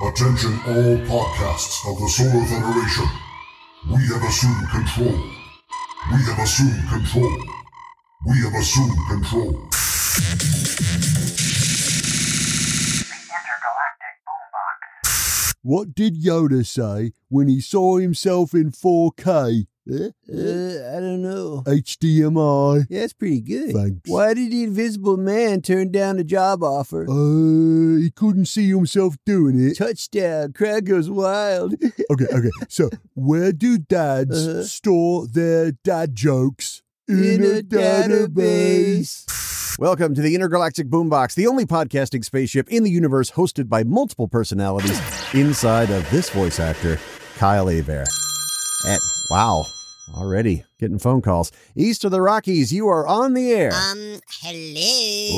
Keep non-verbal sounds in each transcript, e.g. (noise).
Attention all podcasts of the Solar Federation. We have assumed control. We have assumed control. We have assumed control. Intergalactic Boombox. What did Yoda say when he saw himself in 4K? Eh? Uh, (laughs) I don't know. HDMI. Yeah, that's pretty good. Thanks. Why did the Invisible Man turn down a job offer? Uh, he couldn't see himself doing it. Touchdown! Crowd goes wild. (laughs) Okay, okay. So, where do dads Uh-huh. store their dad jokes? (laughs) Welcome to the Intergalactic Boombox, the only podcasting spaceship in the universe hosted by (laughs) multiple personalities inside of this voice actor, Kyle Aver. And wow, already getting phone calls. East of the Rockies, you are on the air. Um, hello.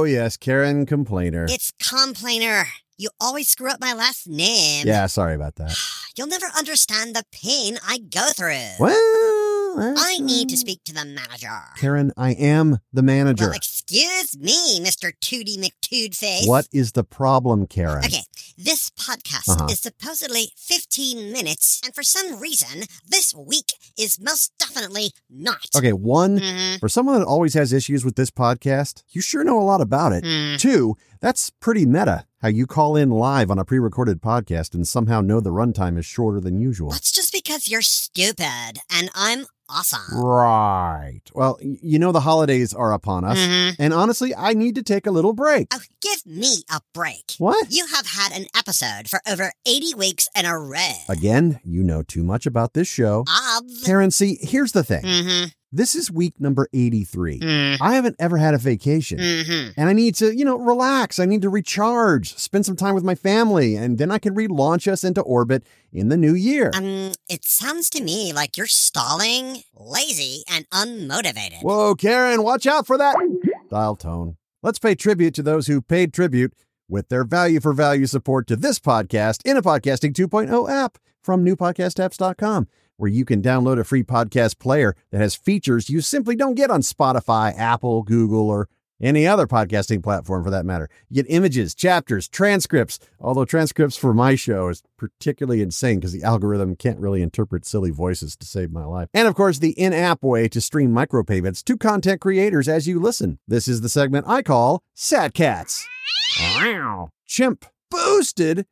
Oh, yes, Karen Complainer. It's Complainer. You always screw up my last name. Yeah, sorry about that. You'll never understand the pain I go through. Well, that's, I need to uh, speak to the manager. Karen, I am the manager. Well, excuse me, Mr. Tootie McToodface. What is the problem, Karen? Okay, this podcast Uh-huh. is supposedly 15 minutes, and for some reason, this week is most definitely not. Okay, one, hmm for someone that always has issues with this podcast, you sure know a lot about Mm-hmm. it. Two, that's pretty meta how you call in live on a pre recorded podcast and somehow know the runtime is shorter than usual. That's just because you're stupid, and I'm awesome. Right. Well, y- you know, the holidays are upon us. Mhm. And honestly, I need to take a little break. Oh, give me a break. What? You have had an episode for over 80 weeks in a row. Again, you know too much about this show. Mm. Karen, see, here's the thing Mm-hmm. this is week number 83. Mm-hmm. I haven't ever had a vacation. And I need to, you know, relax. I need to recharge, spend some time with my family, and then I can relaunch us into orbit in the new year. Um, it sounds to me like you're stalling, lazy, and unmotivated. Whoa, Karen, watch out for that dial tone. Let's pay tribute to those who paid tribute with their value for value support to this podcast in a Podcasting 2.0 app from newpodcastapps.com, where you can download a free podcast player that has features you simply don't get on Spotify, Apple, Google, or any other podcasting platform for that matter. You get images, chapters, transcripts, although transcripts for my show is particularly insane because the algorithm can't really interpret silly voices to save my life. And of course, the in app way to stream micropayments to content creators as you listen. This is the segment I call Sat Cats. Wow. Chimp boosted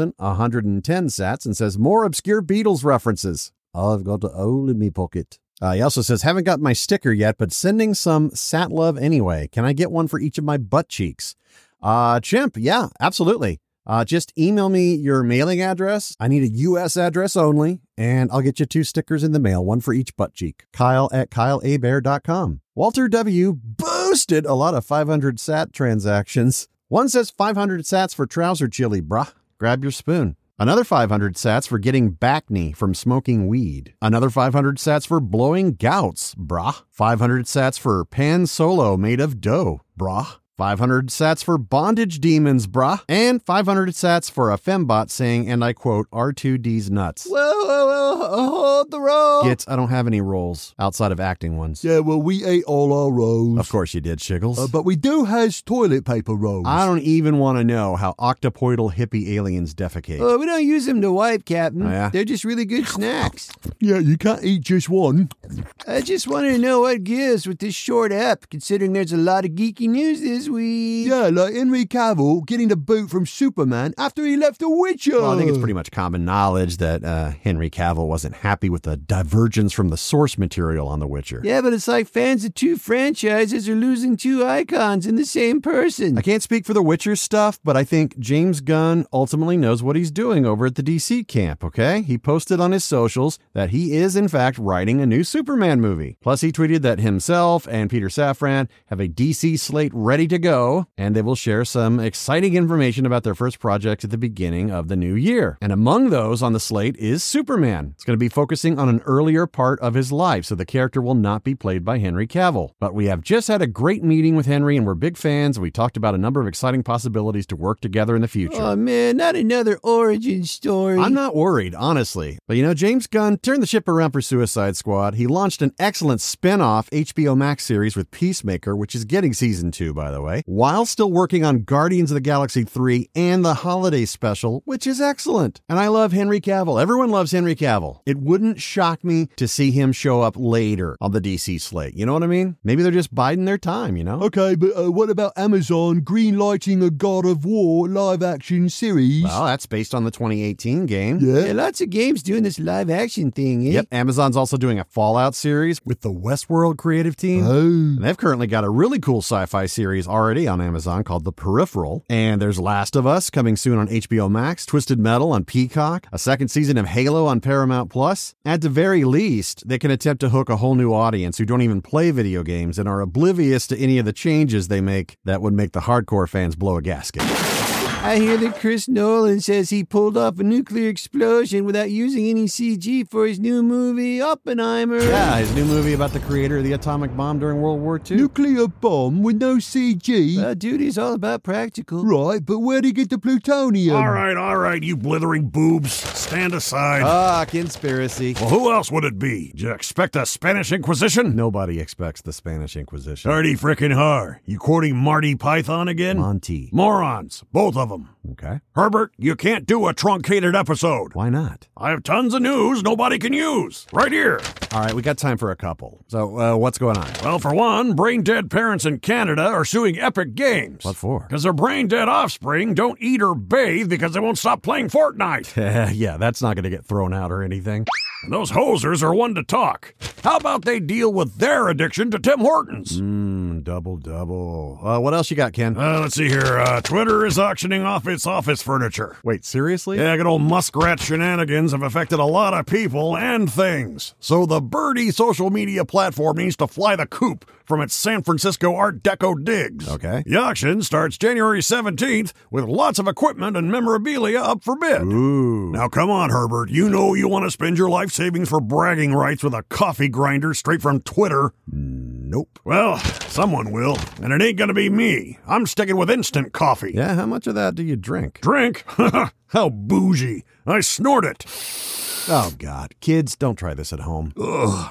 21,110 sats and says more obscure Beatles references. I've got a hole in me pocket. Uh, he also says, haven't got my sticker yet, but sending some sat love anyway. Can I get one for each of my butt cheeks? Uh, Chimp, yeah, absolutely. Uh, just email me your mailing address. I need a U.S. address only, and I'll get you two stickers in the mail, one for each butt cheek. Kyle at kyleabear.com. Walter W. boosted a lot of 500 sat transactions. One says 500 sats for trouser chili, bruh. Grab your spoon. Another 500 sats for getting back knee from smoking weed. Another 500 sats for blowing gouts, brah. 500 sats for pan solo made of dough, brah. 500 sats for bondage demons, brah. And 500 sats for a fembot saying, and I quote, R2D's nuts. Whoa, whoa, whoa! Hold the roll. Gits, I don't have any roles outside of acting ones. Yeah, well, we ate all our rolls. Of course you did, Shiggles. Uh, but we do has toilet paper rolls. Ah, I don't even want to know how octopoidal hippie aliens defecate. Uh, Well, Oh, we don't use them to wipe, Captain. Oh, yeah? They're just really good snacks. Yeah, you can't eat just one. I just wanted to know what gives with this short app, considering there's a lot of geeky news this week. Yeah, like Henry Cavill getting the boot from Superman after he left The Witcher. Well, Oh, I think it's pretty much common knowledge that uh, Henry Cavill wasn't happy with the divergence from the source material on The Witcher. Yeah, but it's like fans of two franchises are losing two icons in the same person. I can't speak for The Witcher stuff, but I think James Gunn ultimately knows what he's doing over at the DC camp, okay? He posted on his socials that he is, in fact, writing a new Superman movie. Plus, he tweeted that himself and Peter Safran have a DC slate ready to go, and they will share some exciting information about their first project at the beginning of the new year. And among those on the slate is Superman. It's going to be focusing on an earlier part of his life, so the character will not be played by Henry Cavill. But we have just had a great meeting with Henry, and we're big fans. We talked about a number of exciting possibilities to work together in the future. Oh man, not another origin story. I'm not worried, honestly. But you know, James Gunn turned the ship around for Suicide Squad. He launched an excellent spin off HBO Max series with Peacemaker, which is getting season two, by the way, while still working on Guardians of the Galaxy 3 and the holiday special, which is excellent. And I love Henry Cavill. Everyone loves Henry Cavill. It wouldn't shock me to see him show up later on the DC slate. You know what I mean? Maybe they're just biding their time, you know? Okay, but uh, what about Amazon green lighting a God of War live action series? Well, that's based on the 2018 game. yeah. Yeah, lots of games doing this live action thing, eh? Yep. Amazon's also doing a Fallout series with the Westworld creative team. Oh, And they've currently got a really cool sci fi series already on Amazon called The Peripheral. And there's Last of Us coming soon on HBO Max, Twisted Metal on Peacock, a second season of Halo on Paramount Plus. At the very least, they can attempt to hook a whole new audience who don't even play video games and are oblivious to any of the changes they make that would make the hardcore fans blow a gasket. I hear that Chris Nolan says he pulled off a nuclear explosion without using any CG for his new movie, Oppenheimer. Yeah, his new movie about the creator of the atomic bomb during World War II. nuclear bomb with no CG. Well, dude, he's all about practical. right, but where'd he get the plutonium? All right, all right, you blithering boobs. Stand aside. Ah, conspiracy. well, who else would it be? Did you expect a Spanish Inquisition? Nobody expects the Spanish Inquisition. Dirty frickin' har. You quoting Marty Python again? Monty. Morons, both of them. Okay. Herbert, you can't do a truncated episode. Why not? I have tons of news nobody can use. Right here. All right, we got time for a couple. So, uh, what's going on? Well, for one, brain dead parents in Canada are suing Epic Games. What for? Because their brain dead offspring don't eat or bathe because they won't stop playing Fortnite. (laughs) yeah, that's not going to (laughs) get thrown out or anything. And those hosers are one to talk. How about they deal with their addiction to Tim Hortons? Mm, double, double. Uh, what else you got, Ken? Uh, let's see here. Uh, Twitter is auctioning off its office furniture. Wait, seriously? Yeah, good old muskrat shenanigans have affected a lot of people and things. So the birdie social media platform needs to fly the coop from its San Francisco Art Deco digs. Okay. The auction starts January 17th with lots of equipment and memorabilia up for bid. Ooh. Now, come on, Herbert. You know you want to spend your life savings for bragging rights with a coffee grinder straight from Twitter. Nope. Well, someone will, and it ain't going to be me. I'm sticking with instant coffee. Yeah, how much of that do you drink? Drink? (laughs) How bougie. I snort it. Oh, God. Kids, don't try this at home.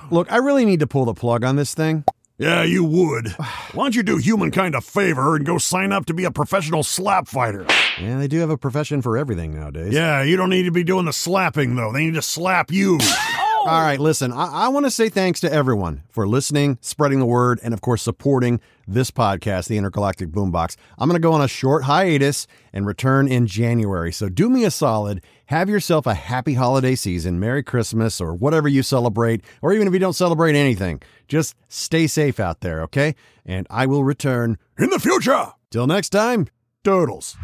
Look, I really need to pull the plug on this thing. Yeah, you would. Why don't you do humankind a favor and go sign up to be a professional slap fighter? Yeah, they do have a profession for everything nowadays. Yeah, you don't need to be doing the slapping, though. They need to slap you. All right, listen, I, I want to say thanks to everyone for listening, spreading the word, and of course, supporting this podcast, the Intergalactic Boombox. I'm going to go on a short hiatus and return in January. So do me a solid. Have yourself a happy holiday season, Merry Christmas, or whatever you celebrate, or even if you don't celebrate anything, just stay safe out there, okay? And I will return. In the future, Till next time, Doodles.